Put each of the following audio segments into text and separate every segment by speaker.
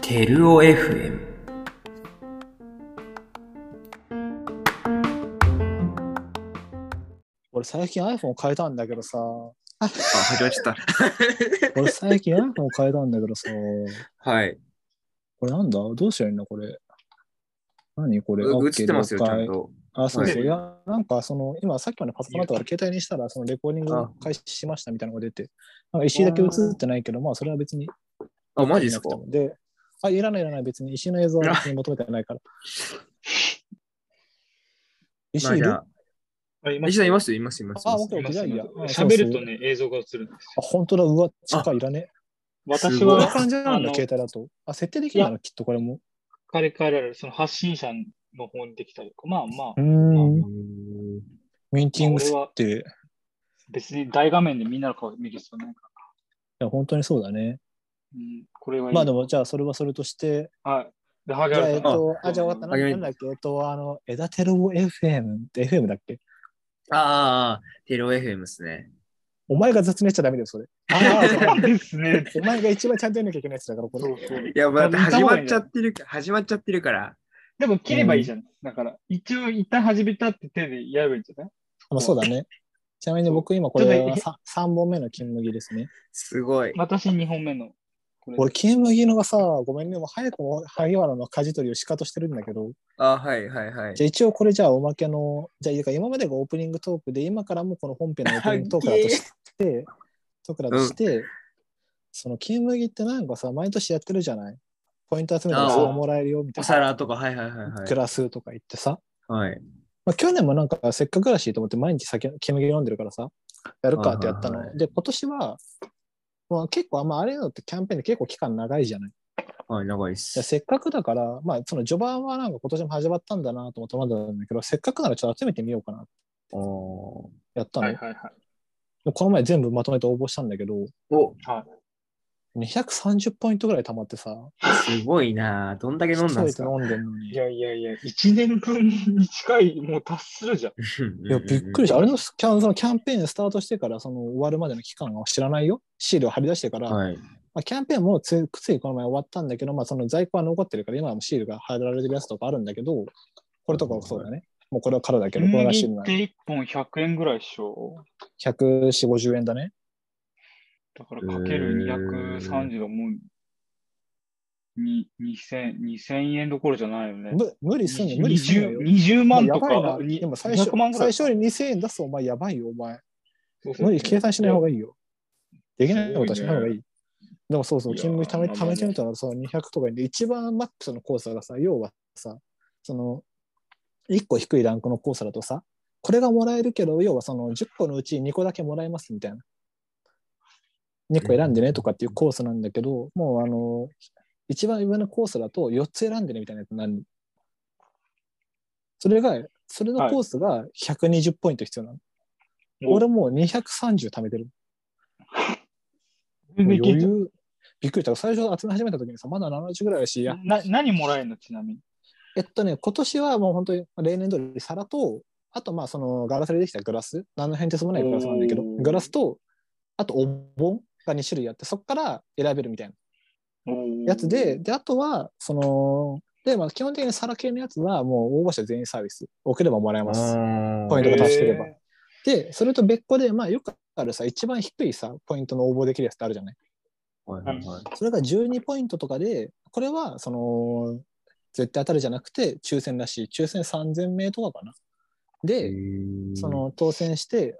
Speaker 1: テルオ FM
Speaker 2: 俺最近 iPhone 変えたんだけどさ、
Speaker 1: あ、始まっちゃっ
Speaker 2: 俺最近 iPhone 変えたんだけどさ、
Speaker 1: た。はい。
Speaker 2: これなんだどうしたらいいのこれ。何これ
Speaker 1: う映ってますよ、
Speaker 2: OK
Speaker 1: ちゃん
Speaker 2: 了解
Speaker 1: と。
Speaker 2: あ、そうそう。
Speaker 1: はい
Speaker 2: いや、なんかその、今さっきまでパソコンだったから携帯にしたら、そのレコーディングを開始しましたみたいなのが出て、なんか石井だけ映ってないけど、まあそれは別に。
Speaker 1: あ、マジですか
Speaker 2: なくてもで、あ、いらないいらない、別に石井の映 像は別に求めてないから。石
Speaker 1: まあ
Speaker 2: 井い
Speaker 1: じ
Speaker 2: る
Speaker 1: ゃ
Speaker 2: あ、
Speaker 3: あ、い
Speaker 1: あ、
Speaker 3: ま
Speaker 1: 石
Speaker 3: す
Speaker 1: 田いますよ、います、います。い
Speaker 2: あ
Speaker 1: ます
Speaker 2: オッケーオッケー、じゃあいいや。あそうそう
Speaker 3: 喋るとね、映像が映るんです。
Speaker 2: あ、本当だ、うわ、近いいらね。
Speaker 3: 私
Speaker 2: こんな
Speaker 3: は、
Speaker 2: 感じなんだ、
Speaker 3: あの
Speaker 2: 携帯だと。あ、設定できるんだな、きっとこれも。
Speaker 3: 彼からあるその発信者の方にできたりとか、まあま
Speaker 2: う
Speaker 3: あ、
Speaker 2: ん
Speaker 3: ん。
Speaker 2: ミーティングスって、い
Speaker 3: 別に大画面でみんなの顔見る必要ないから。
Speaker 2: や、本当にそうだね。
Speaker 3: うん、これはいい。
Speaker 2: まあでも、じゃあ、それはそれとして、
Speaker 3: はい。で、ハ
Speaker 2: じ
Speaker 3: ゲ
Speaker 2: ゃあ、
Speaker 3: ら
Speaker 2: え
Speaker 3: れ。
Speaker 2: ったと、あ、じゃあ終わったな。
Speaker 1: あ
Speaker 2: なんだっけ、えっと、あの、枝テロ FM って FM だっけ
Speaker 1: ああ、テルオ FM ですね。
Speaker 2: お前が雑にしちゃダメだよ、それ。
Speaker 3: あ あ、そうですね。
Speaker 2: お前が一番ちゃんとやんなきゃいけないやつだから、こ
Speaker 3: そ
Speaker 2: れ
Speaker 3: う。そう。
Speaker 1: いや、まあだって
Speaker 3: あ
Speaker 1: 始
Speaker 3: 見た方
Speaker 1: ま
Speaker 3: がいい
Speaker 1: っちゃってるか、始まっちゃってるから。
Speaker 3: でも切ればいいじゃん。だから、一応一旦始めたって手でやればいいんじゃない
Speaker 2: まあ、そうだね。ちなみに僕今こ
Speaker 3: ちょ
Speaker 2: れ
Speaker 3: っと
Speaker 2: は
Speaker 3: ね
Speaker 2: さ3本目の金麦ですね。
Speaker 1: すごい。
Speaker 3: 私2本目の。これ
Speaker 2: 俺金麦のがさ、ごめんね、もう早くも萩原の舵取りをしかとしてるんだけど、
Speaker 1: あ、はい、はい、はい
Speaker 2: じ。ゃあ一応これじゃあおまけの、じゃあいいか今までがオープニングトークで、今からもこの本編 のオープニングトークだとして、トークだとして、その金麦ってなんかさ、毎年やってるじゃないポイント集めたら
Speaker 1: あー
Speaker 2: それもらえるよみた
Speaker 1: お
Speaker 2: い
Speaker 1: 皿とか、はい、はい、はい、
Speaker 2: な。
Speaker 1: は
Speaker 2: ク
Speaker 1: い。
Speaker 2: ラスとか言ってさ、
Speaker 1: はい。
Speaker 2: まあ、去年もなんかせっかくらしいと思って毎日酒金麦飲んでるからさ、やるかってやったの。
Speaker 1: はいはいは
Speaker 2: で、今年は、まあ、結構、まあ、あれのってキャンペーンで結構期間長いじゃない
Speaker 1: はい、長いっ
Speaker 2: いや
Speaker 1: す。
Speaker 2: せっかくだから、まあ、その序盤はなんか今年も始まったんだなと思ってまだなんだけど、せっかくならちょっと集めてみようかな。
Speaker 1: お
Speaker 2: やったの。
Speaker 3: はいはいはい。
Speaker 2: でこの前全部まとめて応募したんだけど、
Speaker 1: お、
Speaker 2: 230ポイントぐらい溜まってさ、
Speaker 1: すごいなどんだけ飲んだん
Speaker 2: 一
Speaker 1: で
Speaker 2: 人
Speaker 1: す
Speaker 2: で
Speaker 1: か
Speaker 2: 飲んでんのに。
Speaker 3: い
Speaker 2: いや、
Speaker 3: やいやいや、1年分に近い、もう達するじゃん。
Speaker 2: びっくりし。
Speaker 1: した
Speaker 2: あれのキャンそのキャンペーンスタートしてから、その終わるまでの期間を知らないよ。シールを貼り出してから、
Speaker 1: はい。
Speaker 2: まあ、キャンペーンもついついこの前終わったんだけど、まあ、その在庫は残ってるから、今はもうシールが貼られてるやつとかあるんだけど、これとかはそうだね。もうこれはからだけど、これがシールな
Speaker 3: っ
Speaker 2: ん
Speaker 3: て
Speaker 2: で
Speaker 3: 1本100円ぐらいでしょ。
Speaker 2: 140、50円だね。
Speaker 3: だからかける230だもん。に2000 2000円どころじゃないよね。
Speaker 2: む無理すんの、無理すんの
Speaker 3: 20
Speaker 2: よ。
Speaker 3: 20
Speaker 2: もう
Speaker 3: 万
Speaker 2: や
Speaker 3: と
Speaker 2: ばい
Speaker 3: か
Speaker 2: な。、
Speaker 3: に
Speaker 2: でも最初
Speaker 3: 200万ぐら
Speaker 2: 最
Speaker 3: い。
Speaker 2: 初に2000円出すとお前やばいよ、お前。
Speaker 3: そうそう
Speaker 2: 無理、計算しない方がいいよ。できないことはしない方がいい。でもそうそう、
Speaker 3: いやー
Speaker 2: 勤務ため
Speaker 3: まあ
Speaker 2: た
Speaker 3: まあ
Speaker 2: めてみたらさ、200とかで、一番マックスのコースがさ、要はさ、その、1個低いランクのコースだとさ、これがもらえるけど、要はその10個のうち2個だけもらえますみたいな。2個選んでねとかっていうコースなんだけど、もうあの、一番上のコースだと4つ選んでねみたいなやつになる。それが、それのコースが120ポイント必要なの。
Speaker 3: お
Speaker 2: 俺もう230貯めてる。
Speaker 3: 全
Speaker 2: もう
Speaker 3: 然いけ
Speaker 2: 余
Speaker 3: ちゃう
Speaker 2: 裕。びっくりした。最初集め始めた時にさ、まだ70ぐらいだし、いや、
Speaker 3: な何もらえるのちなみに。
Speaker 2: えっとね、今年はもう本当に例年通り皿と、あとまあそのガラスでできたグラス、何の変哲もないグラスなんだけど
Speaker 3: お、ー
Speaker 2: グラスと、あとお盆が2種類あって、そこから選べるみたいなやつで、で、あとは、その、で、まあ基本的に皿系のやつはもう応募者全員サービス、送ればもらえます。ポイントが達してれば
Speaker 3: へー。
Speaker 2: で、それと別個で、まあよくあるさ、一番低いさ、ポイントの応募できるやつってあるじゃない
Speaker 1: はいはいはい
Speaker 2: それが12ポイントとかで、これはその絶対当たるじゃなくて抽選らしい。抽選3000名とかかな。で、そ、の当選して、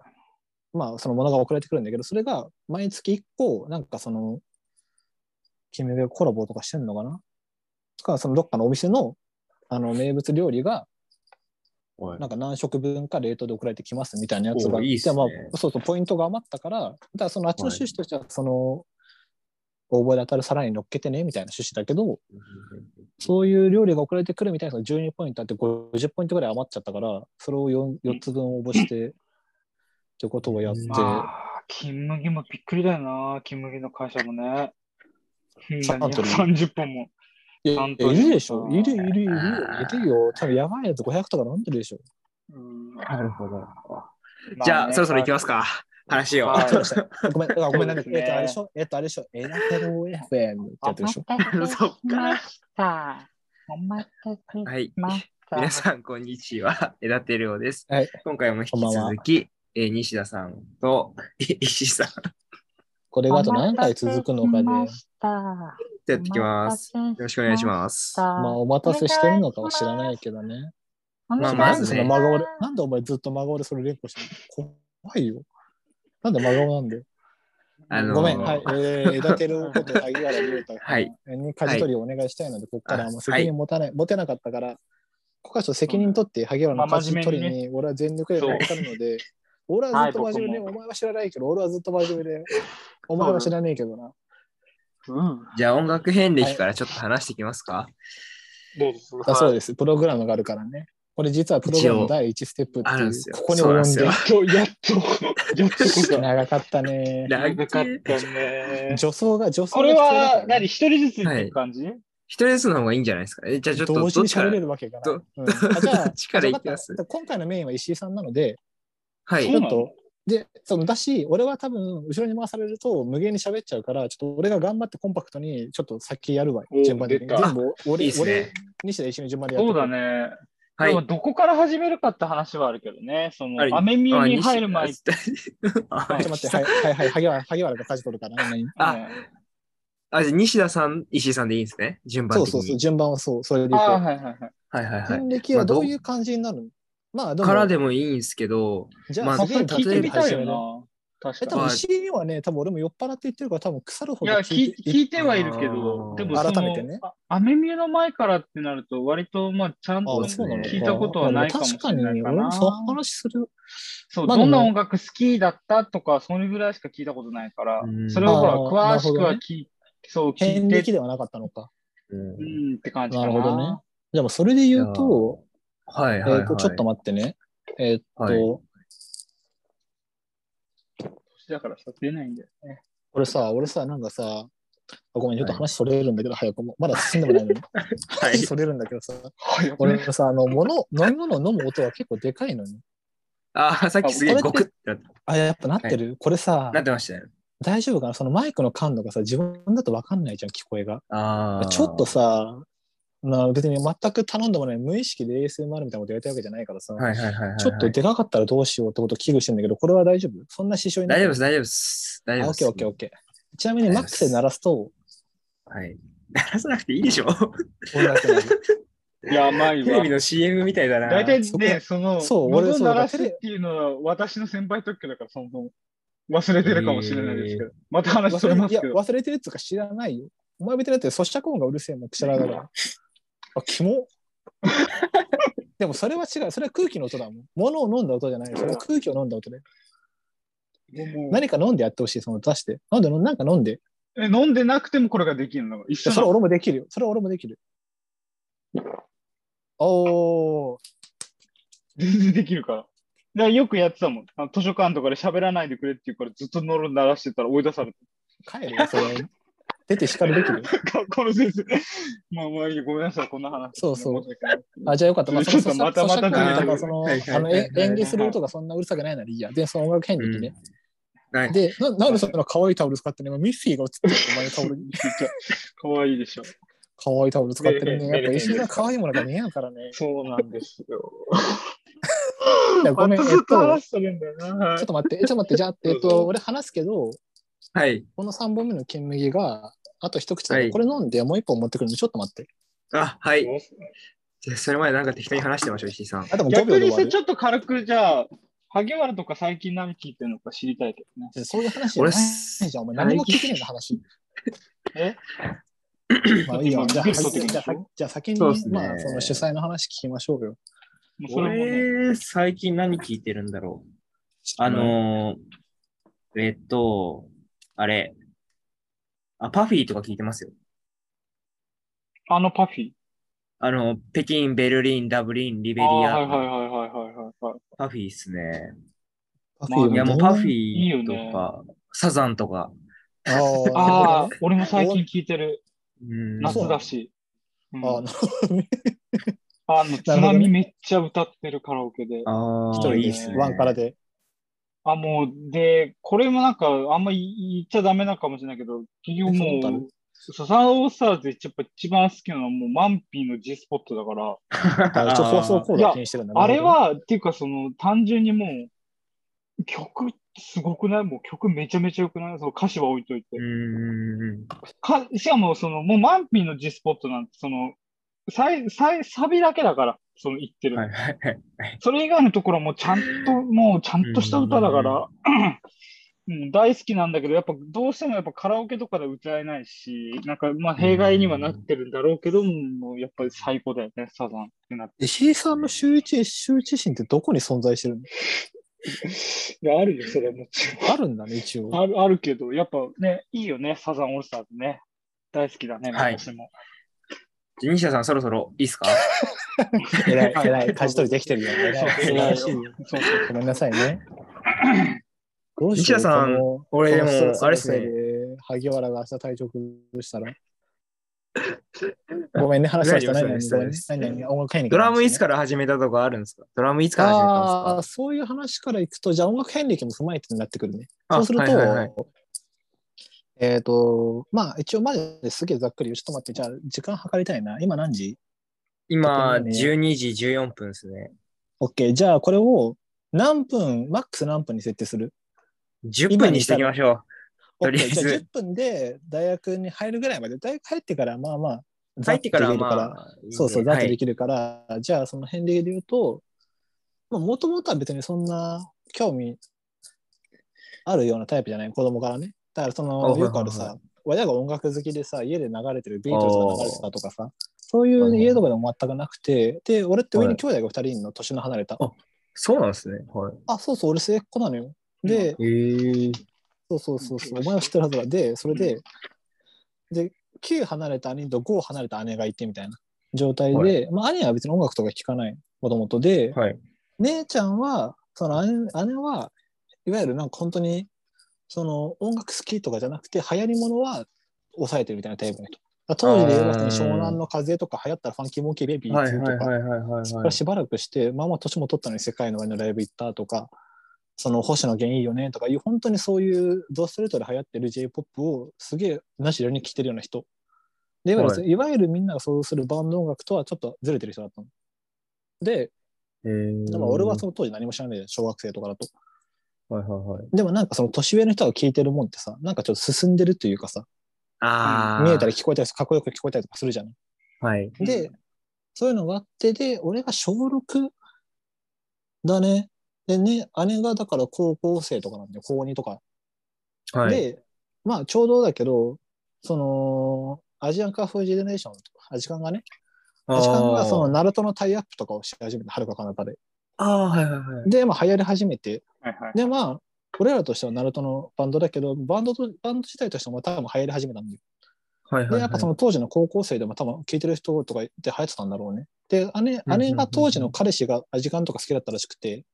Speaker 2: まあそのものが送られてくるんだけど、それが毎月1個、なんかその、君がコラボとかしてんのかなとか、そのどっかのお店のあの名物料理が
Speaker 1: はい
Speaker 2: なんか何食分か冷凍で送られてきますみたいなやつ
Speaker 1: お
Speaker 2: が。
Speaker 1: ーいいっすね
Speaker 2: でまあ、そうそう、ポイントが余ったから、だからそのあっちの趣旨としては、その、応募で当たる皿に乗っけてねみたいな趣旨だけど、そういう料理が送られてくるみたいなのが12ポイントあって50ポイントぐらい余っちゃったから、それを 4, 4つ分応募して、ってことをやって、
Speaker 3: まあ、金麦もびっくりだよな、金麦の会社もね。みん
Speaker 2: サ
Speaker 3: な
Speaker 2: ントリー
Speaker 3: 230本も。
Speaker 2: いや
Speaker 3: 担
Speaker 2: い
Speaker 3: 当者
Speaker 2: るでしょ
Speaker 3: あー
Speaker 2: いるいるいるいるいるよ。多分やばいやつ500とか飲んでるでしょ。
Speaker 3: うん
Speaker 1: なるほど。
Speaker 3: まあ
Speaker 1: じゃあ、
Speaker 3: ね
Speaker 1: そろそろ行きますか。話を。
Speaker 3: はい
Speaker 2: そうでした。ごめん、あごめんなさい。
Speaker 3: そうですね
Speaker 2: えっと、あれでしょえっと、あれでしょエナテロ FM ってやってるでしょ
Speaker 4: お待たせ
Speaker 1: そっか
Speaker 4: しました。お待たせし
Speaker 1: はい。
Speaker 4: ました。
Speaker 1: 皆さん、こんにちは。枝テルオです。
Speaker 2: はい
Speaker 1: 今回も引き
Speaker 2: こんばんは
Speaker 1: 続き、えー西田さんとえ石井さん
Speaker 2: これがあと何回続くのかで、
Speaker 4: お
Speaker 2: ま
Speaker 4: 待たせしました
Speaker 1: とやってきます。よろしくお願いします。
Speaker 2: あ、お待たせしてるのかは知らないけどね。
Speaker 4: お願いし
Speaker 1: まあ
Speaker 2: な
Speaker 4: ま
Speaker 1: ま
Speaker 2: んで
Speaker 4: す
Speaker 1: ず
Speaker 2: そ
Speaker 1: ね
Speaker 2: の真顔で、なんでお前ずっと真顔でそれ連呼してるの怖いよ。なんで真顔なんだよ。
Speaker 1: あのー
Speaker 2: ごめん、はい。えー、 枝てること萩原優太
Speaker 1: はい
Speaker 2: 君に舵取りをお願いしたいので、ここからはも
Speaker 1: は
Speaker 2: う
Speaker 1: い
Speaker 2: 責任持たない、持てなかったから、ここからちょっと責任取って萩原の舵取りに俺は全力で乗っかるので、俺はずっと真面目で、
Speaker 3: はい僕
Speaker 2: お前は知らないけど、俺はずっと真面 目で、お前は知らねえけどな。
Speaker 3: うん。
Speaker 1: じゃあ、音楽遍歴からちょっと話していきますか。
Speaker 3: どうぞ。
Speaker 2: だそう
Speaker 3: で
Speaker 2: です。プログラムがあるからね。これ実はプログラム第1ステップって
Speaker 1: あるん
Speaker 2: い
Speaker 1: です
Speaker 2: う、
Speaker 1: よ
Speaker 2: ここに及ん
Speaker 1: そう
Speaker 2: で
Speaker 1: な。
Speaker 3: す。今日、やっと、やっとこそ。
Speaker 2: 長かった ね。
Speaker 1: ラッキ
Speaker 3: 長かっ
Speaker 1: ー
Speaker 3: たね。
Speaker 2: 女装が、女装
Speaker 3: こ
Speaker 2: が
Speaker 3: れ
Speaker 2: 必要だから
Speaker 3: は
Speaker 2: ね、
Speaker 3: 何一人ずつ言っていく感じ
Speaker 1: 一人ずつの方がいいんじゃないですか。えじゃあ、ちょっとど
Speaker 2: 同
Speaker 1: っ
Speaker 2: 時に
Speaker 1: ちか
Speaker 2: 喋
Speaker 1: ら
Speaker 2: れるわけがない。
Speaker 1: ど
Speaker 2: うんあじゃあ、
Speaker 1: どっちからいきます
Speaker 2: わかった今回のメインは石井さんなので、
Speaker 1: は
Speaker 3: そ
Speaker 1: い。
Speaker 3: う
Speaker 2: ち
Speaker 3: な
Speaker 2: ょ
Speaker 3: の
Speaker 2: っと、で、そのだし、俺は多分、後ろに回されると無限に喋っちゃうから、ちょっと俺が頑張ってコンパクトに、ちょっと先やるわ
Speaker 3: お、ー
Speaker 2: 順番的に。
Speaker 3: 出た
Speaker 2: 全部、俺、
Speaker 1: いいですね
Speaker 2: 俺、西田一緒に順番でやって
Speaker 3: そう
Speaker 2: く
Speaker 3: だね。
Speaker 1: は
Speaker 3: で
Speaker 1: い
Speaker 3: も。どこから始めるかって話はあるけどね。そ
Speaker 1: あ
Speaker 3: の、
Speaker 1: る
Speaker 3: アメミ ュ
Speaker 1: あ
Speaker 3: に
Speaker 1: 西
Speaker 3: 入る前に。
Speaker 1: あ
Speaker 2: ちょっと待って、はい、はい、はい、萩原、萩原が舵取るから、何
Speaker 1: あ
Speaker 3: うん
Speaker 1: あ、じゃあ西田さん、石井さんでいいんですね。順番
Speaker 2: そう
Speaker 1: 的に。
Speaker 2: そうそう、順番はそう、それでい
Speaker 3: あ
Speaker 2: こ
Speaker 3: あ、
Speaker 2: う。
Speaker 3: はいはいはい。
Speaker 1: はいはいはい。
Speaker 2: 遍歴はどういう感じになるのまあ、で
Speaker 1: まあど
Speaker 2: も、
Speaker 1: からでもいいんですけど、
Speaker 2: じゃあ、
Speaker 1: まあ
Speaker 3: まあ、
Speaker 2: す
Speaker 3: そ
Speaker 2: げ
Speaker 3: れ
Speaker 2: え
Speaker 3: 聞いてみたいよ
Speaker 2: え、
Speaker 3: な。確
Speaker 2: 多
Speaker 3: か
Speaker 2: 分石井にはね、多分俺も酔っ払って言ってるから、多分腐るほ
Speaker 3: に。い
Speaker 2: ど
Speaker 3: や、聞い聞いてはいるけ
Speaker 1: あ
Speaker 3: ど
Speaker 1: ー、
Speaker 3: でもその、
Speaker 2: 改めてね
Speaker 3: あアメミュの前からってなると、割と、まあ、ちゃんと
Speaker 2: あそうなのか
Speaker 3: 聞いたことはないかもしれないか
Speaker 2: まあで
Speaker 3: な。
Speaker 2: も確かに、俺もその話する。
Speaker 3: そう、
Speaker 2: まあ
Speaker 3: どんな
Speaker 2: でも
Speaker 3: 音楽好きだったとか、それぐらいしか聞いたことないから
Speaker 1: う、ん
Speaker 3: それをほら、
Speaker 2: あー
Speaker 3: 詳しく
Speaker 2: なるほど
Speaker 3: は
Speaker 2: ね
Speaker 3: 聞い、そう、聞
Speaker 2: 遍
Speaker 3: い
Speaker 2: 歴
Speaker 3: て、
Speaker 2: ではなかったのか。
Speaker 1: うん
Speaker 3: うんって感じか
Speaker 2: な
Speaker 3: な。
Speaker 2: るほどね。でもそれで言うと、
Speaker 1: はい
Speaker 2: え
Speaker 1: はい、はい
Speaker 2: ーと、ちょっと待ってね。えーっと、
Speaker 1: はい
Speaker 3: 年だからさ、出ないんだよね。
Speaker 2: 俺さ、俺さ、なんかさ、あごめん、ちょっと話それるんだけど、早くも。まだ進んでもな いのに。
Speaker 1: い
Speaker 2: 話それるんだけどさ、
Speaker 3: はい、こ
Speaker 2: 俺
Speaker 3: れ、
Speaker 2: もさ、あの、物、飲み物を飲む音が結構でかいのに。
Speaker 1: あー、さっきすげえ
Speaker 2: あこれ
Speaker 1: ゴク
Speaker 2: って
Speaker 1: ってなって
Speaker 2: あ、やっぱなってる、これさ
Speaker 1: な、ってましたよ。
Speaker 2: 大丈夫かなそのマイクの感度がさ、自分だと分かんないじゃん、聞こえが。
Speaker 1: あー
Speaker 2: ちょっとさ、まあ、別に全く頼んでもない無意識で ASMR みたいなことやりたいわけじゃないからさ、
Speaker 1: はいはいはいはいはい。
Speaker 2: ちょっとでかかったらどうしようってことを危惧してんだけど、これは大丈夫そんな支障にな
Speaker 1: 大
Speaker 2: い
Speaker 1: 丈夫です、大丈夫です。大丈夫
Speaker 2: あ
Speaker 1: で
Speaker 2: オッ
Speaker 1: す。
Speaker 2: ケーオッケーオッケー。ちなみにマックスで鳴らすと、
Speaker 1: はい。鳴らさなくていいでしょ
Speaker 2: こんな感じ
Speaker 3: やばい
Speaker 1: テレビ
Speaker 3: わ。
Speaker 1: の CM みたいだな。
Speaker 3: 大体
Speaker 2: そこ
Speaker 3: ね、その、
Speaker 2: そう俺
Speaker 3: 俺を
Speaker 2: そう
Speaker 3: 鳴らすっていうのは、私の先輩特許だから、そもそも。忘れてるかもしれないですけど。また話それま
Speaker 2: 忘れい
Speaker 3: す
Speaker 2: や
Speaker 3: けど。
Speaker 2: 忘れてるっつうか知らないよ。お前別にだって咀嚼音がうるせえもん、くしゃら がら。あ、キモ。でもそれは違う。それは空気の音だもん。物を飲んだ音じゃない。それは空気を飲んだ音で。
Speaker 3: もう
Speaker 2: 何か飲んでやってほしい、その出して。飲んで飲ん、なんか飲んで。
Speaker 3: え飲んでなくてもこれができるの一緒
Speaker 2: それ
Speaker 3: なの
Speaker 2: 俺もできるよ。それ俺もできる。おー。
Speaker 3: 全然できるから。だからよくやってたもん。あの図書館とかで喋らないでくれって言うからずっとノロ鳴らしてたら追い出され
Speaker 2: 帰るよ、それ。出て叱るべきよ。
Speaker 3: た。この先生。 まあまあいいよごめんなさい、こんな話。
Speaker 2: そうそう
Speaker 3: 申し訳ない
Speaker 2: あ、じゃあよかった。まあ、
Speaker 3: ちょっとまたまた
Speaker 2: 咀嚼音
Speaker 1: だ
Speaker 2: と
Speaker 1: ね
Speaker 2: かその、
Speaker 1: はいはい
Speaker 2: あの、
Speaker 1: はいは
Speaker 2: え
Speaker 1: い
Speaker 2: 演技する音がそんなうるさくないならいいや。で、その音楽変歴ね。
Speaker 1: はい。
Speaker 2: でな、なんでその可愛いタオル使ってね、今ミッフィーが映ってるよお前のタオルに。
Speaker 3: かわいいでしょ。
Speaker 2: 可愛いタオル使ってるね。やっぱ石井
Speaker 3: メルヘ
Speaker 2: さん
Speaker 3: ンです
Speaker 2: 可愛いものが似合うからね。
Speaker 3: そうなんですよ。
Speaker 2: いやごめん、えっ
Speaker 3: ま
Speaker 2: た
Speaker 3: ずっと
Speaker 2: と、
Speaker 3: 話してるんだよな。は
Speaker 2: ち
Speaker 3: い
Speaker 2: ょっと待って、えちょっと待って、じゃ あ、えっと、俺話すけど、
Speaker 1: はい。
Speaker 2: この3本目の金麦が、あと一口だ
Speaker 1: は
Speaker 2: け
Speaker 1: い
Speaker 2: これ飲んで、もう一本持ってくるんで、ちょっと待って。
Speaker 1: あ、はい。じゃあそれまでなんか適当に話してましょう、石井さん。
Speaker 2: あ、でも5秒
Speaker 3: 逆
Speaker 2: で終
Speaker 3: に
Speaker 2: わ
Speaker 3: さ、
Speaker 2: る
Speaker 3: ち。ょっと軽くじゃあ、萩原とか最近何聞いてるのか知りたいけどね。
Speaker 2: そういう話じゃないじゃん、お前。何も聞いてねえんだ話。
Speaker 3: え
Speaker 2: まあいいよ。じゃあ、
Speaker 3: 今作ってるでし
Speaker 2: じ
Speaker 3: ょ
Speaker 2: ゃあじゃあ先に、
Speaker 1: そうっすね
Speaker 2: まあ、その主催の話聞きましょうよ。
Speaker 3: もうそれもね、
Speaker 1: 俺、最近何聞いてるんだろう。あのー、えっと、あれ。あ、パフィーとか聞いてますよ。
Speaker 3: あのパフィー。
Speaker 1: あの、北京、ベルリン、ダブリン、リベ
Speaker 3: あ
Speaker 1: リ
Speaker 3: あー、はい
Speaker 1: ア、
Speaker 3: はいはいはいはいはい。
Speaker 1: パフィーっすね。
Speaker 2: パ
Speaker 3: まあ
Speaker 2: も
Speaker 1: いや、もうパフィ
Speaker 2: ー
Speaker 1: ーと
Speaker 3: いい
Speaker 1: か、サザンとか、
Speaker 2: どう。あ
Speaker 3: ああ、俺も最近聞いてる。
Speaker 1: うん、
Speaker 3: 夏だし。うん
Speaker 2: あ、あなるほ どね。
Speaker 3: あの、
Speaker 2: なる
Speaker 3: 津
Speaker 2: ほどね
Speaker 3: 波めっちゃ歌ってるカラオケで。
Speaker 1: あ
Speaker 2: 一
Speaker 1: あ
Speaker 2: 人
Speaker 1: ー、
Speaker 2: で
Speaker 1: いいっすね。
Speaker 2: ワンカラで。
Speaker 3: あ、もう、で、これもなんか、あんま言っちゃダメなのかもしれないけど、結局
Speaker 2: えそんなことあ
Speaker 3: もう
Speaker 2: る、
Speaker 3: サザンオールスターズでやっぱ一番好きなのはもうマンピーの G スポットだから、
Speaker 2: あ一応放送コードは気にしてるんだ
Speaker 3: あれ、は、っていうかその、単純にもう、曲すごくないもう曲めちゃめちゃ良くないその歌詞は置いといて。
Speaker 1: うん。
Speaker 3: かしかも、その、もうマンピーの G スポットなんて、その、さいさいサビだけだから、その言ってる。
Speaker 1: はいはいはい。
Speaker 3: それ以外のところはもうちゃんと、もうちゃんとした歌だから、うん、大好きなんだけど、やっぱどうしてもやっぱカラオケとかで歌えないし、なんかまあ弊害にはなってるんだろうけど、もうやっぱり最高だよね、サザンってなって。
Speaker 2: 石井さんの周知、周知心ってどこに存在してるの
Speaker 3: いや、あるよ、それはもちろん。
Speaker 2: あるんだね、一応。
Speaker 3: あるあるけど、やっぱね、いいよね、サザンオールスターズね。大好きだね、
Speaker 1: はい
Speaker 3: 私も。
Speaker 1: じゃあ西田さん、そろそろいいっすか
Speaker 2: 偉い、偉い、舵取りできてるよ。偉い
Speaker 3: そう
Speaker 2: 素晴らしいよ
Speaker 3: そうそう
Speaker 2: ごめんなさいね。どう
Speaker 1: 西田さん
Speaker 2: この
Speaker 1: 俺でも
Speaker 2: このストレス
Speaker 1: あれっすね
Speaker 2: のせいで萩原が明日体調崩したら。ごめんね、話しました。
Speaker 1: 大丈夫
Speaker 2: 何々
Speaker 1: です
Speaker 2: ごめ
Speaker 1: 大丈夫
Speaker 2: んね
Speaker 1: です
Speaker 2: 何々音楽変に
Speaker 1: ドラムいつからら始めたとかあるんですかドラムいつから始めたん
Speaker 2: ああ
Speaker 1: で
Speaker 2: ー、そういう話からいくと、じゃあ音楽遍歴も踏まえてになってくるね。
Speaker 1: あ
Speaker 2: そうすると、
Speaker 1: はいはいはい
Speaker 2: えっ、と、まあ一応までですげえざっくり言う、ちょっと待って、じゃあ時間計りたいな。今何時
Speaker 1: すか今、
Speaker 2: 特に
Speaker 1: 12時14分ですね。
Speaker 2: ?OK、じゃあこれを何分、マックス何分に設定する
Speaker 1: 10分にしていきましょとりあえ
Speaker 2: OK
Speaker 1: ず
Speaker 2: じゃあ10分で大学に入るぐらいまで、大学入ってからまあまあ、
Speaker 1: う。入ってから
Speaker 2: ざ
Speaker 1: は
Speaker 2: っと
Speaker 1: ま
Speaker 2: 入れる
Speaker 1: あ、
Speaker 2: そうそう、
Speaker 1: だ
Speaker 2: ざっ
Speaker 1: は
Speaker 2: とで
Speaker 1: い。
Speaker 2: きるから、じゃあその辺で言うと、もともとは別にそんな興味あるようなタイプじゃない、子供からね。だからそ
Speaker 1: あは
Speaker 2: の、
Speaker 1: い
Speaker 2: よくある
Speaker 1: はい
Speaker 2: さ
Speaker 1: は、
Speaker 2: 親が音楽好きでさ、家で流れてるビートルズが流れてたとかさ、そういう家とかでも全くなくて、で、俺って上に兄弟が2人いるの、年の離れた。
Speaker 1: そうなんですね。はい。
Speaker 2: あ、そうそう、俺末っ子なのよ。で、
Speaker 1: へえ。
Speaker 2: そうそうそうそう、お前は知ってるはずだ。で、それで、で、9離れた兄と5離れた姉がいてみたいな状態で、
Speaker 1: は
Speaker 2: まあ、兄は別に音楽とか聴かない、もともとで、
Speaker 1: はい。
Speaker 2: 姉ちゃんは、その姉姉はいわゆるなんか本当に、その音楽好きとかじゃなくて、流行りものは抑えてるみたいなタイプの人。だから当時で言えばその
Speaker 1: あー
Speaker 2: 湘南の風とか流行ったらファンキーモンキーベイビー
Speaker 1: はい
Speaker 2: ズと
Speaker 1: はい
Speaker 2: か、
Speaker 1: はいはいはい
Speaker 2: そこ
Speaker 1: は
Speaker 2: から
Speaker 1: い。
Speaker 2: しばらくして、まあまあ年も取ったのに世界の終わりのライブ行ったとか、その星野源いいよねとかいう、本当にそういうドストレートで流行ってる J-POP をすげえなしろに聴いてるような人。で、いわゆる,、、
Speaker 1: はい
Speaker 2: わゆるみんなが想像するバンド音楽とはちょっとずれてる人だったの。で、
Speaker 1: へー
Speaker 2: でも俺はその当時何も知らないで、小学生とかだと。
Speaker 1: はいはいはい。
Speaker 2: でもなんかその年上の人が聴いてるもんってさ、なんかちょっと進んでるというかさ、
Speaker 1: ああ。
Speaker 2: 見えたり聞こえたり、かっこよく聞こえたりとかするじゃない。
Speaker 1: はい。
Speaker 2: で、そういうのがあって、で、俺が小6だね。でね、姉がだから高校生とかなんで、高2とか。
Speaker 1: はい。
Speaker 2: で、まあちょうどだけど、その、アジアンカーフージェネレーションとか、アジカンがね、アジカンがその、ナルトのタイアップとかをし始めて、はるか彼方で。
Speaker 1: あーあー、はいはいはい。
Speaker 2: で、まあ流行り始めて、
Speaker 3: はいはい。
Speaker 2: で、まあ、俺らとしてはナルトのバンドだけど、バンドと、バンド自体としても多分流行り始めたんだよ
Speaker 1: はいはいは
Speaker 2: で、
Speaker 1: い。
Speaker 2: やっぱその当時の高校生でも多分聞いてる人とかで流行ってたんだろうね。で、姉
Speaker 1: うんうん
Speaker 2: 姉が当時の彼氏がアジカンとか好きだったらしくて、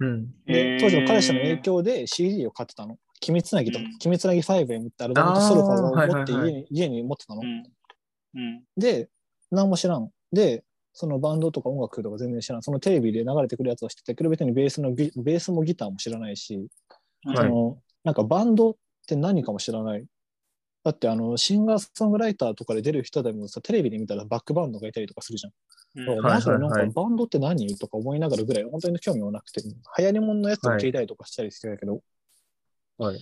Speaker 1: うん。
Speaker 3: へ
Speaker 2: で
Speaker 3: ー
Speaker 2: 当時の彼氏の影響で CD を買ってたの。君つなぎと
Speaker 3: うん、
Speaker 2: 君つなぎ 5M ってアルバムとソルファーを
Speaker 1: あー
Speaker 2: 持って家
Speaker 1: はいはい
Speaker 2: に家に持ってたの
Speaker 3: う。ん。うん。
Speaker 2: で、何も知らん。で、そのバンドとか音楽とか全然知らん。そのテレビで流れてくるやつは知ってて、くるべにベースのギベースもギターも知らないし、
Speaker 3: うん
Speaker 1: はい
Speaker 2: そのなんかバンドって何かも知らない。だってあのシンガーソングライターとかで出る人でもさテレビで見たらバックバンドがいたりとかするじゃん。
Speaker 3: う
Speaker 1: はい
Speaker 2: だか
Speaker 3: ん
Speaker 2: らマジでなん
Speaker 1: は
Speaker 2: か
Speaker 1: い
Speaker 2: バンドって何とか思いながらぐらい本当に興味もなくて流行り物のやつを聞いたりとかしたりしてたけど、
Speaker 1: はい。
Speaker 2: っ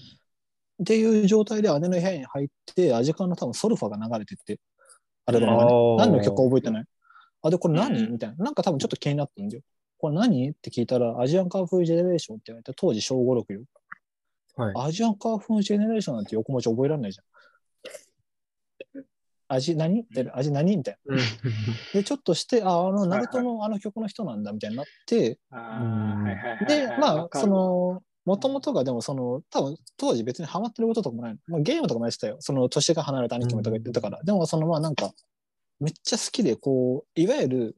Speaker 2: ていう状態で姉の部屋に入ってアジカンの多分ソルファが流れてってあれだ
Speaker 3: あ
Speaker 2: ね
Speaker 1: ー
Speaker 2: 何の曲か覚えてないあでこれ何
Speaker 3: うん
Speaker 2: みたいななんか多分ちょっと気になったんだよこれ何って聞いたらアジアンカーフージェネレーションって言われて当時小5 6よ
Speaker 1: はい。
Speaker 2: アジアンカーフンジェネレーションなんて横文字覚えられないじゃん。味何って味何みたい
Speaker 1: うん
Speaker 2: な。で、ちょっとして、あ、あの、ナルト
Speaker 3: は
Speaker 2: のあの曲の人なんだみたいになって、
Speaker 3: あーはいはいはいはい
Speaker 2: で、ま
Speaker 3: わ
Speaker 2: あ、
Speaker 3: かる
Speaker 2: その、もともとがでもその、多分当時別にハマってることとかもないの。まあ、ゲームとかもやってたよ。その、年が離れた兄貴もとか言ってたから。でも、その、まあなんか、めっちゃ好きで、こう、いわゆる、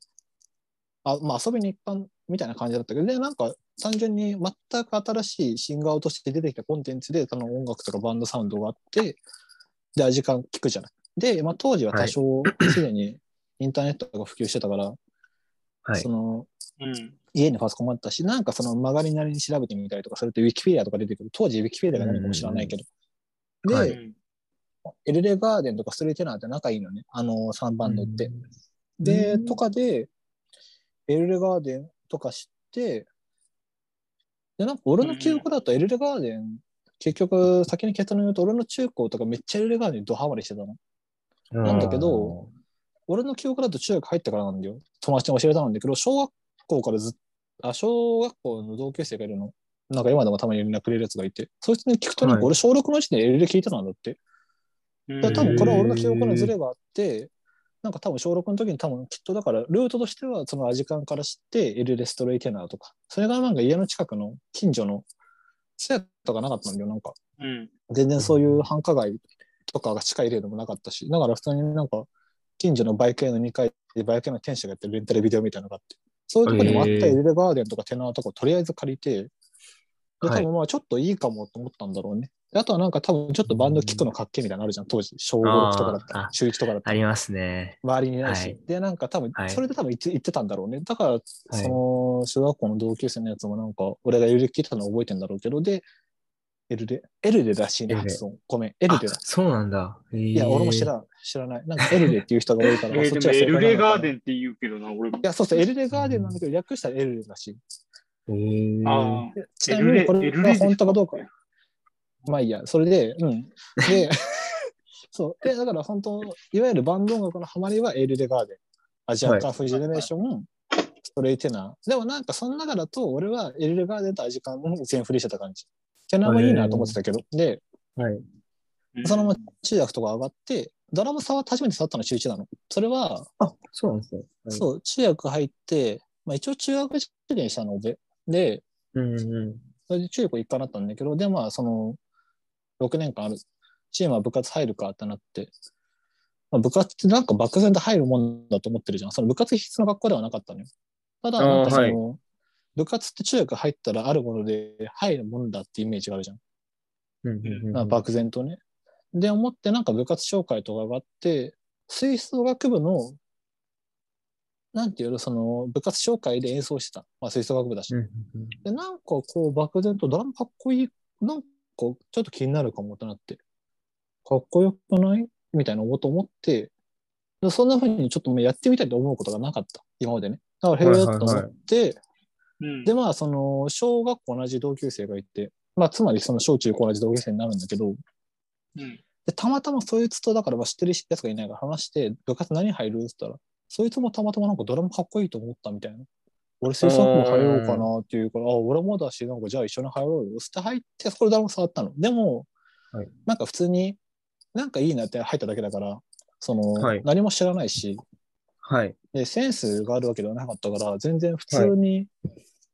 Speaker 2: あまあ、遊びに一般みたいな感じだったけど、で、なんか、単純に全く新しいシンガーとして出てきたコンテンツで、その音楽とかバンドサウンドがあって、で、味感聞くじゃない。で、まあ、当時は多少、すでにインターネットが普及してたから、
Speaker 1: はい
Speaker 2: その
Speaker 3: うん。
Speaker 2: 家にパソコンもあったし、なんかその曲がりなりに調べてみたりとかすると、ウィキペディアとか出てくる。当時、ウィキペディアが何かも知らないけど。
Speaker 1: うん
Speaker 2: で、
Speaker 1: は
Speaker 3: う
Speaker 1: い
Speaker 3: ん
Speaker 2: エルレガーデンとかストリートナーって仲いいのね、あの3バンドって。で、
Speaker 1: うん
Speaker 2: とかで、エルレガーデンとか知って、で、なんか俺の記憶だとエルレガーデン、結局先に結論言うと、俺の中高とかめっちゃエルレガーデンにドハマりしてたの。なんだけど、俺の記憶だと中学入ってからなんだよ。友達に教えたんだけど、小学校からずっあ、小学校の同級生がいるの。なんか今でもたまに連絡くれるやつがいて、そいつに聞くとなん
Speaker 1: はい
Speaker 2: か俺小6のうちにエルレ聞いてたんだって。
Speaker 3: うん
Speaker 2: だから多分これは俺の記憶のズレがあって、なんか多分小6の時に多分きっとだからルートとしてはそのアジカンから知ってエルレストレイテナーとか、それがなんか家の近くの近所のツヤとかなかったんだよ、なんか。
Speaker 3: うん。
Speaker 2: 全然そういう繁華街とかが近い例でもなかったし、だから普通になんか近所のバイク屋の2階でバイク屋の店主がやってるレンタルビデオみたいなのがあって、そういうとこにもあったエ
Speaker 1: へー
Speaker 2: ルレガーデンとかテナーとかをとりあえず借りて、で多
Speaker 1: はい
Speaker 2: 分まあちょっといいかもと思ったんだろうね。であとはなんか多分ちょっとバンド聴くのかっけえみたいなのあるじゃん、当時。小5とかだった
Speaker 1: あー
Speaker 2: ら
Speaker 1: あ、
Speaker 2: 中1とかだった
Speaker 1: あ
Speaker 2: ら。
Speaker 1: りますね。
Speaker 2: 周りにいないし、
Speaker 1: はい
Speaker 2: で、なんか多分
Speaker 1: は、い
Speaker 2: それで多分言って言ってたんだろうね。だから、その、小学校の同級生のやつもなんか、俺がエルレ聞いてたの覚えてんだろうけど、で、エルレ、エルレらしいね、
Speaker 1: エルレ
Speaker 2: 発音。ごめん、エルレだ
Speaker 1: あ。そうなんだ。い
Speaker 2: いや、俺も知らん、知らない。なんか、エルレっていう人が多いか
Speaker 3: え
Speaker 2: ら、
Speaker 3: ー
Speaker 2: そっ
Speaker 3: で
Speaker 2: ち
Speaker 3: も
Speaker 2: は
Speaker 3: エルレガーデ
Speaker 2: ン。い
Speaker 3: ンって言うけどな、俺も。
Speaker 2: や、そうそう、エルレガーデンなんだけど、略したらエルレらしい。
Speaker 1: ん。
Speaker 3: ああ。
Speaker 2: でちなみに、これ
Speaker 3: エルレ
Speaker 2: は本当かどうか。まあいいや、それで、うん。で、 そう。で、だから本当、いわゆるバンド音楽のハマりはエルレガーデン。アジアンカンフジェネレーション、ストレイテナー。でもなんか、その中だと、俺はエルレガーデンとアジカンを全振りしてた感じ。テナーもいいなと思ってたけど、で、
Speaker 1: はい。
Speaker 3: うん
Speaker 2: そのまま中学とか上がって、ドラム触って初めて触ったの中1なの。それは、
Speaker 1: あ、そうなんですね。う。
Speaker 2: そう、中学入って、まあ、一応中学受験したの俺。で、
Speaker 1: うんうん。
Speaker 2: それで中学一貫だったんだけど、で、まあ、その、6年間ある。チームは部活入るかってなって、まあ、部活ってなんか漠然と入るもんだと思ってるじゃん。その部活必須の学校ではなかったのよ。ただ、なんかそ
Speaker 1: あー
Speaker 2: の、部活って中学入ったらあるもので入るもんだってイメージがあるじゃん。
Speaker 1: うんうん
Speaker 2: まあ、漠然とね。で、思ってなんか部活紹介とかがあって、吹奏楽部の、なんていうの、その部活紹介で演奏してた。まあ、吹奏楽部だし。
Speaker 1: うん
Speaker 2: で、なんかこう漠然とドラムかっこいい、なんかちょっと気になるかもってなって、かっこよくないみたいなこと思って、でそんな風にちょっともうやってみたいと思うことがなかった。今までね。だから、へえと思って、
Speaker 3: うん
Speaker 2: で、まあ、その、小学校同じ同級生がいて、まあ、つまりその小中高同じ同級生になるんだけど、
Speaker 3: うん
Speaker 2: で、たまたまそいつと、だから、まあ知ってるやつがいないから話して、部活何入るって言ったら、そいつもたまたまなんかドラムかっこいいと思ったみたいな。俺、吹奏楽部入ろうかなっていうから、あ、俺もだし、なんかじゃあ一緒に入ろうよ。つって入って、そこでドラム触ったの。でも、
Speaker 1: はい
Speaker 2: なんか普通に、なんかいいなって入っただけだから、その、
Speaker 1: はい
Speaker 2: 何も知らないし、
Speaker 1: はい。
Speaker 2: で、センスがあるわけではなかったから、全然普通に、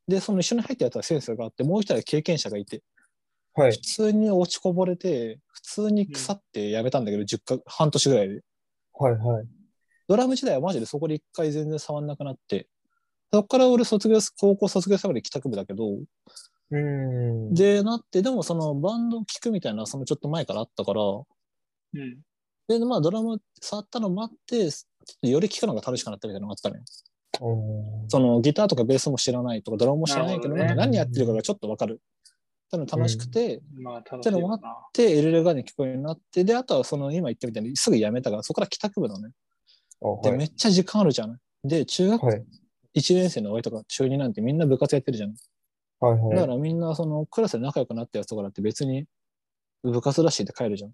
Speaker 2: で、その一緒に入ったやつはセンスがあって、もう一人は経験者がいて、
Speaker 1: は
Speaker 2: 普。通に落ちこぼれて、普通に腐ってやめたんだけど、10か半年ぐらいで。
Speaker 1: はいはい。
Speaker 2: ドラム時代はマジでそこで一回全然触んなくなって、そこから俺卒業す、高校卒業したまで帰宅部だけど、
Speaker 1: うん。
Speaker 2: で、なって、でもそのバンド聴くみたいな、そのちょっと前からあったから、
Speaker 3: うん
Speaker 2: で、まあドラム触ったのもあって、ちょっとより聴くのが楽しくなったみたいなのがあったのよ。そのギターとかベースも知らないとかドラムも知らないけど、
Speaker 3: なるほどね
Speaker 2: なんか何やってるかがちょっとわかる。ただ楽しくて、
Speaker 3: まあ、楽しいよな。
Speaker 2: で、エルレガーに聞こえるようになって、で、あとはその今言ったみたいにすぐ辞めたから、そこから帰宅部だね。で、めっちゃ時間あるじゃない。で、中学
Speaker 1: はい
Speaker 2: 1年生の終わりとか中2なんてみんな部活やってるじゃない。
Speaker 1: はいは
Speaker 2: だからみんなそのクラスで仲良くなったやつとかだって別に部活らしいって帰るじゃん。
Speaker 1: い。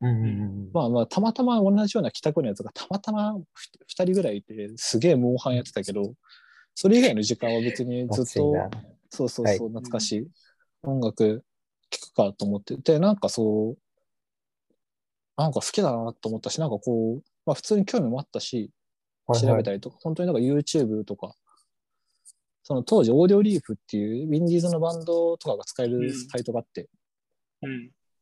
Speaker 1: うんうん
Speaker 2: まあまあ、たまたま同じような帰宅のやつがたまたま2人ぐらいいて、すげえモンハンやってたけど、それ以外の時間は別に
Speaker 1: うん。
Speaker 2: ずっと。そうそうそう、
Speaker 1: はい
Speaker 2: 懐かしい。音楽聴くかと思って。で、なんかそう、なんか好きだなと思ったし、なんかこう、まあ普通に興味もあったし、調べ
Speaker 1: た
Speaker 2: たりとか、本当になんか YouTube とか、その当時、オーディオリーフっていう、ウィンディーズのバンドとかが使え
Speaker 3: うん
Speaker 2: るサイトがあって、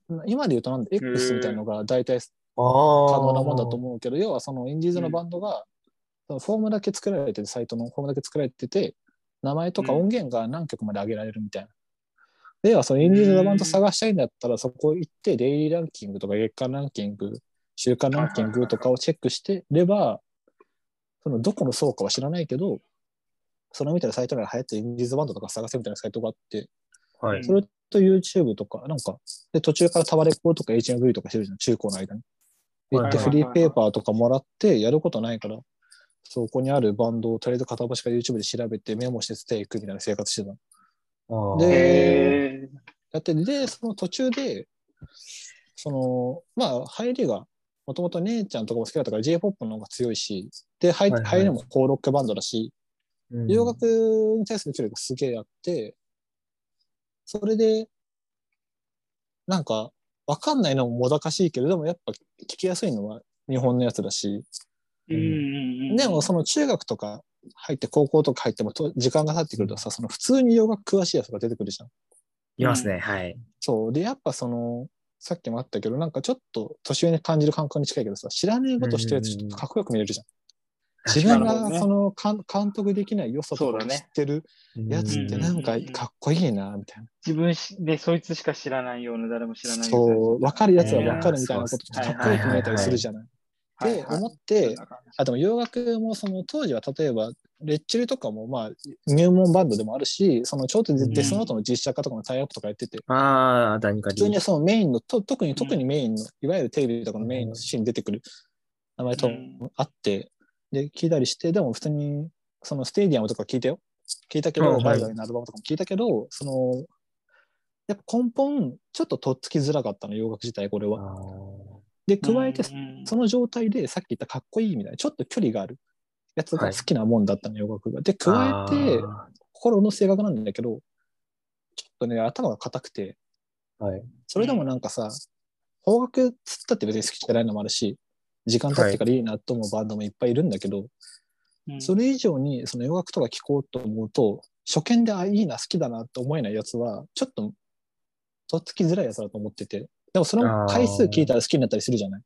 Speaker 3: うん。
Speaker 2: 今で言うとなんだ、X みたいなのが大体
Speaker 1: ああ。
Speaker 2: 可能なもんだと思うけど、要はそのインディーズのバンドが、そのフォームだけ作られてて、サイトのフォームだけ作られてて、名前とか
Speaker 3: うん
Speaker 2: 音源が何曲まで上げられるみたいな。で、要はそのインディーズのバンド探したいんだったら、そこ行って、デイリーランキングとか月間ランキング、週間ランキングとかをチェックしてれば、そのどこの層かは知らないけど、それみたいなサイトなら流行ってるインディーズバンドとか探せみたいなサイトがあって、
Speaker 1: はい。
Speaker 2: それと YouTube とか、なんか、で、途中からタワレコとか HMV とかしてるじゃん、中高の間に。で
Speaker 1: はい
Speaker 2: 行ってフリーペーパーとかもらって、やることないから、そこにあるバンドをとりあえず片っ端から YouTube で調べてメモしてつていくみたいな生活してたの。
Speaker 1: あー
Speaker 2: で
Speaker 3: へー
Speaker 2: やっててで、その途中で、その、まあ、入りが、もともと姉ちゃんとかも好きだったから J-POP の方が強いし、で、入
Speaker 1: はいはい
Speaker 2: 入りもコーロックバンドだし、
Speaker 1: うん
Speaker 2: 洋楽に対する距離がすげえあって、それで、なんか、わかんないのももどかしいけれども、やっぱ聞きやすいのは日本のやつだし、
Speaker 3: うんうんうん
Speaker 2: でもその中学とか入って高校とか入ってもと時間が経ってくるとさ、その普通に洋楽詳しいやつが出てくるじゃん。
Speaker 1: いますね、はい。
Speaker 2: そう。で、やっぱその、さっきもあったけど、なんかちょっと年上に感じる感覚に近いけどさ、知らねえことしてるやつちょっとかっこよく見えるじゃん。自分
Speaker 3: なるほど
Speaker 2: が
Speaker 3: ね
Speaker 2: その監監督できない良さと
Speaker 3: そう
Speaker 2: か
Speaker 3: だ
Speaker 2: 知
Speaker 3: ね
Speaker 2: ってるやつってなんか
Speaker 3: うんうんうん
Speaker 2: かっこいいな、みたいな。
Speaker 3: 自分しで、そいつしか知らないような、誰も知らないような。
Speaker 2: そう、わかるやつはわかるみたいなことって
Speaker 3: ね
Speaker 2: かっこよく見えたりするじゃない。
Speaker 3: はい
Speaker 2: で、
Speaker 3: はい
Speaker 2: 思って、あ、でも洋楽もその当時は例えば、レッチリとかもまあ入門バンドでもあるし、そのちょっと
Speaker 1: うん
Speaker 2: デスノートの実写化とかのタイアップとかやってて、
Speaker 1: ああ、何か
Speaker 2: 普通にそのメインの、と特に特にメインの、いわゆるテレビとかのメインのシーンに出てくる名前と
Speaker 3: うん
Speaker 2: あって、で、聞いたりして、でも普通に、そのステディアムとか聞いたよ。聞いたけ
Speaker 1: あ
Speaker 2: ど、
Speaker 1: はい
Speaker 2: バイバイのアルバムとかも聞いたけど、その、やっぱ根本、ちょっととっつきづらかったの、洋楽自体、これ
Speaker 1: あ
Speaker 2: は。
Speaker 1: ー
Speaker 2: で、加えて、
Speaker 3: うん
Speaker 2: その状態で、さっき言ったかっこいいみたいな、ちょっと距離があるやつが好きなもんだったの、洋楽が。で、加えて、
Speaker 1: あ
Speaker 2: 心の性格なんだけど、ちょっとね、頭が硬くて、
Speaker 1: ーはい。
Speaker 2: それでもなんかさ、邦楽つったって別に好きじゃないのもあるし、時間経ってからいいなと思うバンドもいっぱいいるんだけど、
Speaker 3: うん
Speaker 2: それ以上にその洋楽とか聴こうと思うと、初見であいいな、好きだなって思えないやつは、ちょっと、とっつきづらいやつだと思ってて、でもそれも回数聞いたら好きになったりするじゃないっ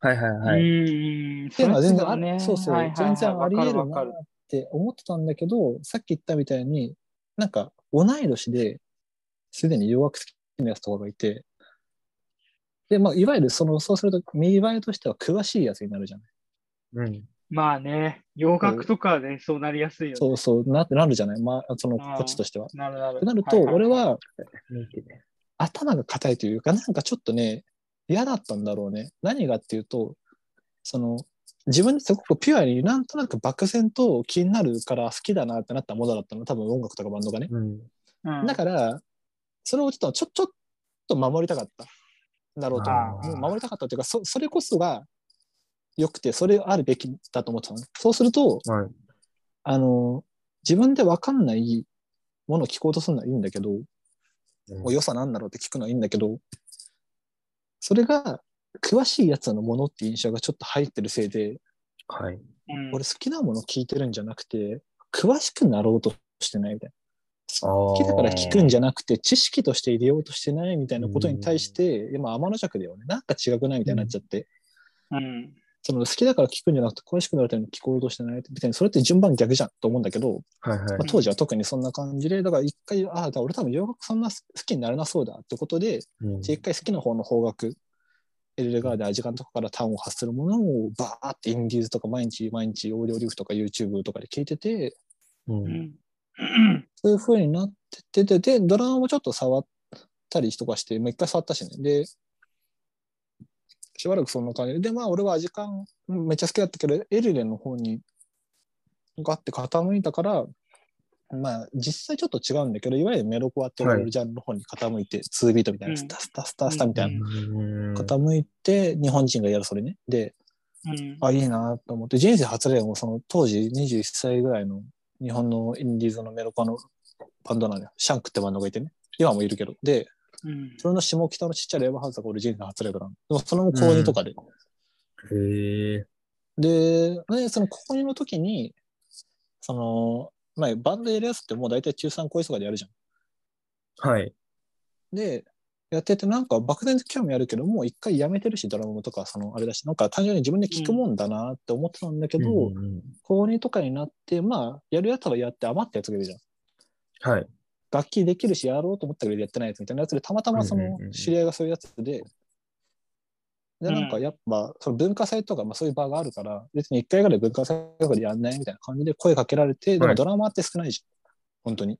Speaker 1: はいはいはい。
Speaker 3: うんうん。
Speaker 2: ていうのは全然
Speaker 3: だ
Speaker 2: あ、
Speaker 3: ね
Speaker 2: そうそう、
Speaker 3: はいはいはい
Speaker 2: 全然あり得る
Speaker 3: わか
Speaker 2: なっ
Speaker 3: るわか
Speaker 2: て思ってたんだけど、さっき言ったみたいに、なんか同い年で、すでに洋楽好きなやつとかがいて、で、まあ、いわゆるその、そうすると、見栄えとしては詳しいやつになるじゃない。
Speaker 1: うん。
Speaker 3: まあね、洋楽とかね、そうなりやすいよね。
Speaker 2: そうそう、ななるじゃない。まあ、その、
Speaker 3: あー
Speaker 2: こっちとしては。
Speaker 3: なるな
Speaker 2: っ
Speaker 3: る。
Speaker 2: てなると、
Speaker 3: いい
Speaker 2: 俺
Speaker 3: い、
Speaker 2: は、
Speaker 1: 見てね
Speaker 2: 頭が硬いというか、なんかちょっとね、嫌だったんだろうね。何がっていうと、その、自分ですごくピュアになんとなく漠然と気になるから好きだなってなったものだったの。多分音楽とかバンドがね。
Speaker 1: うん。
Speaker 3: うん
Speaker 2: だから、それをちょっと、ちょ、ちょっと守りたかったんだろうと思
Speaker 3: あ
Speaker 2: う。
Speaker 1: ー
Speaker 2: もう守りたかったというか、そ、それこそが良くて、それあるべきだと思ってたのね。そうすると、
Speaker 1: はい。
Speaker 2: あの、自分でわかんないものを聞こうとするのはいいんだけど、もう良さなんだろうって聞くのはいいんだけど、それが詳しいやつのものって印象がちょっと入ってるせいで、
Speaker 1: はい。
Speaker 3: うん
Speaker 2: 俺好きなもの聞いてるんじゃなくて、詳しくなろうとしてないみたいな。
Speaker 1: 好
Speaker 2: 好きだから聞くんじゃなくて、知識として入れようとしてないみたいなことに対して、今天の弱だよね。なんか違くないみたいになっちゃって、
Speaker 3: うん
Speaker 2: その好きだから聞くんじゃなくて、詳しくなるために聞こうとしてないって、みたいな、それって順番逆じゃんと思うんだけど、
Speaker 1: はいはい
Speaker 2: まあ、。当時は特にそんな感じで、だから一回、ああ、だから俺多分洋楽そんな好きになれなそうだってことで、
Speaker 1: うん
Speaker 2: 一回好きな方の方角、エルレガーでアジカンとかから端を発するものをバーってインディーズとか毎日毎日オーディオリーフとか YouTube とかで聞いてて、
Speaker 1: うん
Speaker 3: うん。
Speaker 2: そういう風になってて、で、でドラムもちょっと触ったりとかして、もう一回触ったしね。で、しばらくそんな感じで、で、まあ俺はアジカンめっちゃ好きだったけど、エルレの方にガッて傾いたから、まあ実際ちょっと違うんだけど、いわゆるメロコアって呼ばれるジャンルの方に傾いて、2ビートみたいな、
Speaker 3: うん
Speaker 2: スタスタスタスタみたいな。
Speaker 1: うん
Speaker 2: 傾いて、日本人がやるそれね。で、
Speaker 3: うん
Speaker 2: あ、いいなと思って、人生初でもその当時21歳ぐらいの日本のインディーズのメロコアのバンドなのよ。シャンクってバンドがいてね。今もいるけど。で、
Speaker 3: うん
Speaker 2: それの下北のちっちゃいレバーハウスが俺人生初レベルなの。でもそれも高2とかで。
Speaker 1: へえ。
Speaker 2: で、ね、その高2の時に、その、まあ、バンドやるやつってもう大体中3高1とかでやるじゃん。
Speaker 1: はい。
Speaker 2: で、やってて、なんか漠然と興味あるけど、もう一回やめてるし、ドラムとか、そのあれだし、なんか単純に自分で聞くもんだなって思ってたんだけど、
Speaker 1: うんうん
Speaker 2: 高2とかになって、まあ、やるやつはやって余ったやつがいるじゃん。
Speaker 1: はい。
Speaker 2: 楽器できるし、やろうと思ったけどやってないやつみたいなやつで、たまたまそ
Speaker 1: うんう
Speaker 2: の
Speaker 1: んうんうん
Speaker 2: 知り合いがそういうやつで、で、なんかやっぱ、その文化祭とか、まあそういう場があるから、別に一回ぐらい文化祭とかでやんないみたいな感じで声かけられて、で
Speaker 1: は
Speaker 2: も
Speaker 1: い
Speaker 2: ドラマーって少ないじゃん。本当に。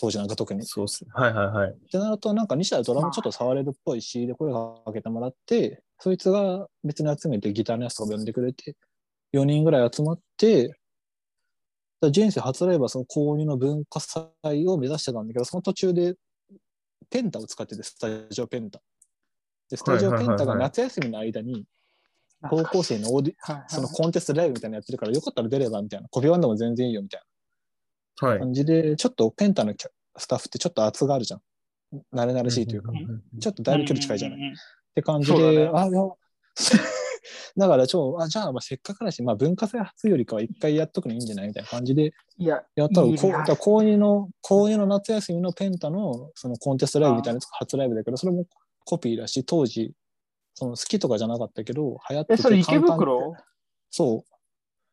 Speaker 2: 当時なんか特に。っ
Speaker 1: そうっすね。はいはいはい。
Speaker 2: てなると、なんか西田はドラムちょっと触れるっぽいし、で声かけてもらって、そいつが別に集めてギターのやつとか呼んでくれて、4人ぐらい集まって、だから人生初ライブはその高2の文化祭を目指してたんだけど、その途中でペンタを使ってて、スタジオペンタ。で、スタジオペンタが夏休みの間に、高校生のオーディ
Speaker 4: はいはい
Speaker 2: そのコンテストライブみたいなのやってるから、よかったら出ればみたいな、コピーワンでも全然いいよみたい
Speaker 1: は
Speaker 2: な感じで、ちょっとペンタのキャスタッフってちょっと圧があるじゃん。慣れ慣れしいというか、ちょっとだいぶ距離近いじゃない。っ
Speaker 3: い。
Speaker 2: て感じ
Speaker 3: そうだ
Speaker 2: で、
Speaker 3: ね
Speaker 2: あ、いや だからちょ、あじゃあまあせっかくだし、まあ、文化祭初よりかは一回やっとくのいいんじゃないみたいな感じで、
Speaker 3: いや、
Speaker 2: いや、多分
Speaker 3: いい
Speaker 2: こう、
Speaker 3: な
Speaker 2: だから高2の、高二の夏休みのペンタの、そのコンテストライブみたいなやつが初ライブだけど、それもコピーだし、当時、その好きとかじゃなかったけど、流行って
Speaker 3: え、
Speaker 2: て
Speaker 3: それ池
Speaker 2: 簡単
Speaker 3: 袋
Speaker 2: そ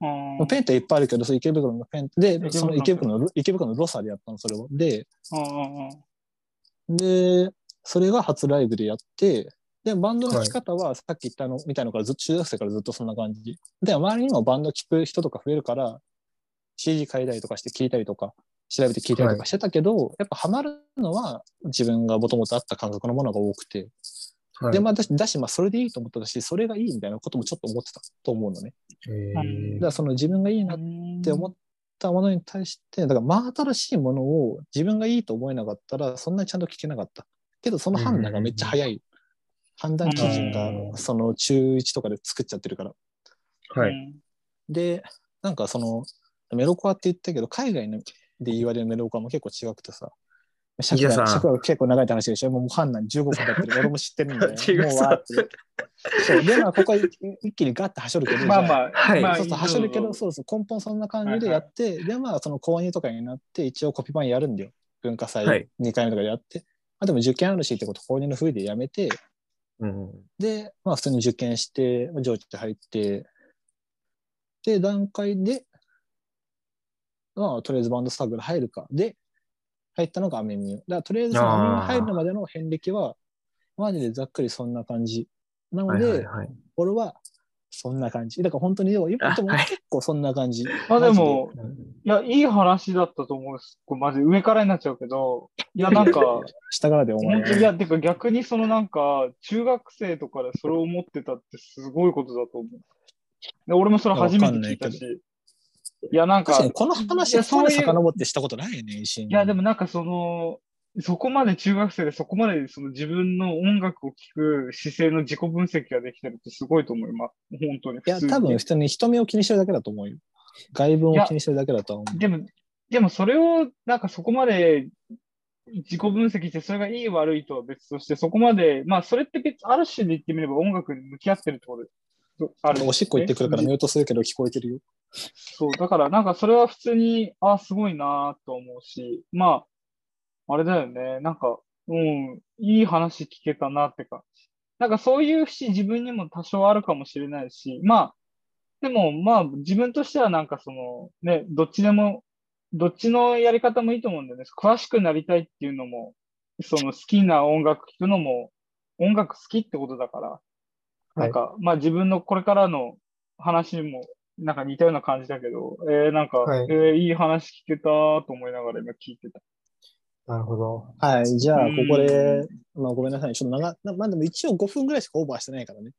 Speaker 2: うう。
Speaker 3: ん。
Speaker 2: ペンタいっぱいあるけど、それ池袋のペンで、
Speaker 3: 池
Speaker 2: その
Speaker 3: 袋の
Speaker 2: 池袋の、池袋のロサでやったの、それを。で、
Speaker 3: うんうんうん
Speaker 2: で、それが初ライブでやって、で、バンドの弾き方はさっき言ったの、みたいのからずっと中学生からずっとそんな感じ。で、周りにもバンド聴く人とか増えるから、CD 変えたりとかして聴いたりとか、調べて聴いたりとかしてたけど、やっぱハマるのは自分がもともとあった感覚のものが多くて。
Speaker 1: はい。
Speaker 2: で、まあ、だし、だしまあ、それでいいと思ったし、それがいいみたいなこともちょっと思ってたと思うのね。
Speaker 1: えー
Speaker 2: だからその自分がいいなって思ったものに対して、だから真新しいものを自分がいいと思えなかったら、そんなにちゃんと聞けなかった。けど、その判断がめっちゃ早い。判断基
Speaker 1: う
Speaker 2: 準
Speaker 1: ん
Speaker 2: が、その中1とかで作っちゃってるから。
Speaker 1: はい。
Speaker 2: で、なんかその、メロコアって言ったけど、海外ので言われるメロコアも結構違くてさ、尺
Speaker 1: 皆さ
Speaker 2: が
Speaker 1: ん。
Speaker 2: 尺が結構長いって話でしょもう判断15分経ってる。俺も知ってるん だよ
Speaker 1: 違う
Speaker 2: もうわーって。そう。で、まあ、ここは一一気にガッて走るけど、
Speaker 3: まあまあ、
Speaker 1: はい
Speaker 3: まあ
Speaker 2: そうそう、はしょるけど、そうそう、根本そんな感じでやって、で、まあ、その高2とかになって、一応コピー版やるんだよ。文化祭
Speaker 1: はい
Speaker 2: 2回目とかでやって。あ、でも受験あるしってこと、高2の冬でやめて、
Speaker 1: うん。
Speaker 2: で、まあ、普通に受験して、上智入って、で、段階で、まあ、とりあえずバンドスタッフが入るか。で、入ったのがアメミュー。だから、とりあえずそのアメミュー入るまでの遍歴は、マジでざっくりそんな感じ。なの
Speaker 1: はい
Speaker 2: で、
Speaker 1: はいはい。
Speaker 2: 俺はそんな感じ。だから本当に、でも、で
Speaker 1: あ
Speaker 2: も
Speaker 1: はい
Speaker 2: 結構そんな感じ。
Speaker 3: まあで
Speaker 2: マジ
Speaker 3: も、いや、いい話だったと思う。これマジ上からになっちゃうけど、いや、 なんか、
Speaker 2: 下からでお前
Speaker 3: 本当にいや、てか逆にそのなんか、中学生とかでそれを思ってたってすごいことだと思う。で俺もそれ初めて聞いた
Speaker 2: い
Speaker 3: し。いや、なん
Speaker 2: 確か
Speaker 3: か、い
Speaker 2: にこの
Speaker 3: い
Speaker 2: 話
Speaker 3: やそういう
Speaker 2: そう遡ってしたことないね、石井に
Speaker 3: や、でもなんかその、そこまで中学生でそこまでその自分の音楽を聴く姿勢の自己分析ができてるってすごいと思います。本当に。
Speaker 2: いや、多分普通に人目を気にしてるだけだと思うよ。外文を気にしてるだけだとは思
Speaker 3: でも、でもそれを、なんかそこまで自己分析して、それがいい悪いとは別として、そこまで、まあそれって別、ある種で言ってみれば音楽に向き合ってるってことである、
Speaker 2: う。おしっこ行ってくるからミュートするけど聞こえてるよ。
Speaker 3: そう、だからなんかそれは普通に、あすごいなと思うし、まあ、あれだよね、なんか、うん、いい話聞けたなってか、なんかそういう節自分にも多少あるかもしれないし、まあ、でもまあ自分としてはなんかその、ね、どっちでも、どっちのやり方もいいと思うんだよね。詳しくなりたいっていうのも、その好きな音楽聴くのも、音楽好きってことだから、なんか、まあ自分のこれからの話にもなんか似たような感じだけど、えー、なんか、
Speaker 5: はい
Speaker 3: い、えーいい話聞けたと思いながら今聞いてた。
Speaker 5: なるほど。
Speaker 2: はい、じゃあ
Speaker 3: う
Speaker 2: こ
Speaker 3: ん
Speaker 2: こで、まあごめんなさい、ちょっと長、まあでも一応5分ぐらいしかオーバーしてないからね。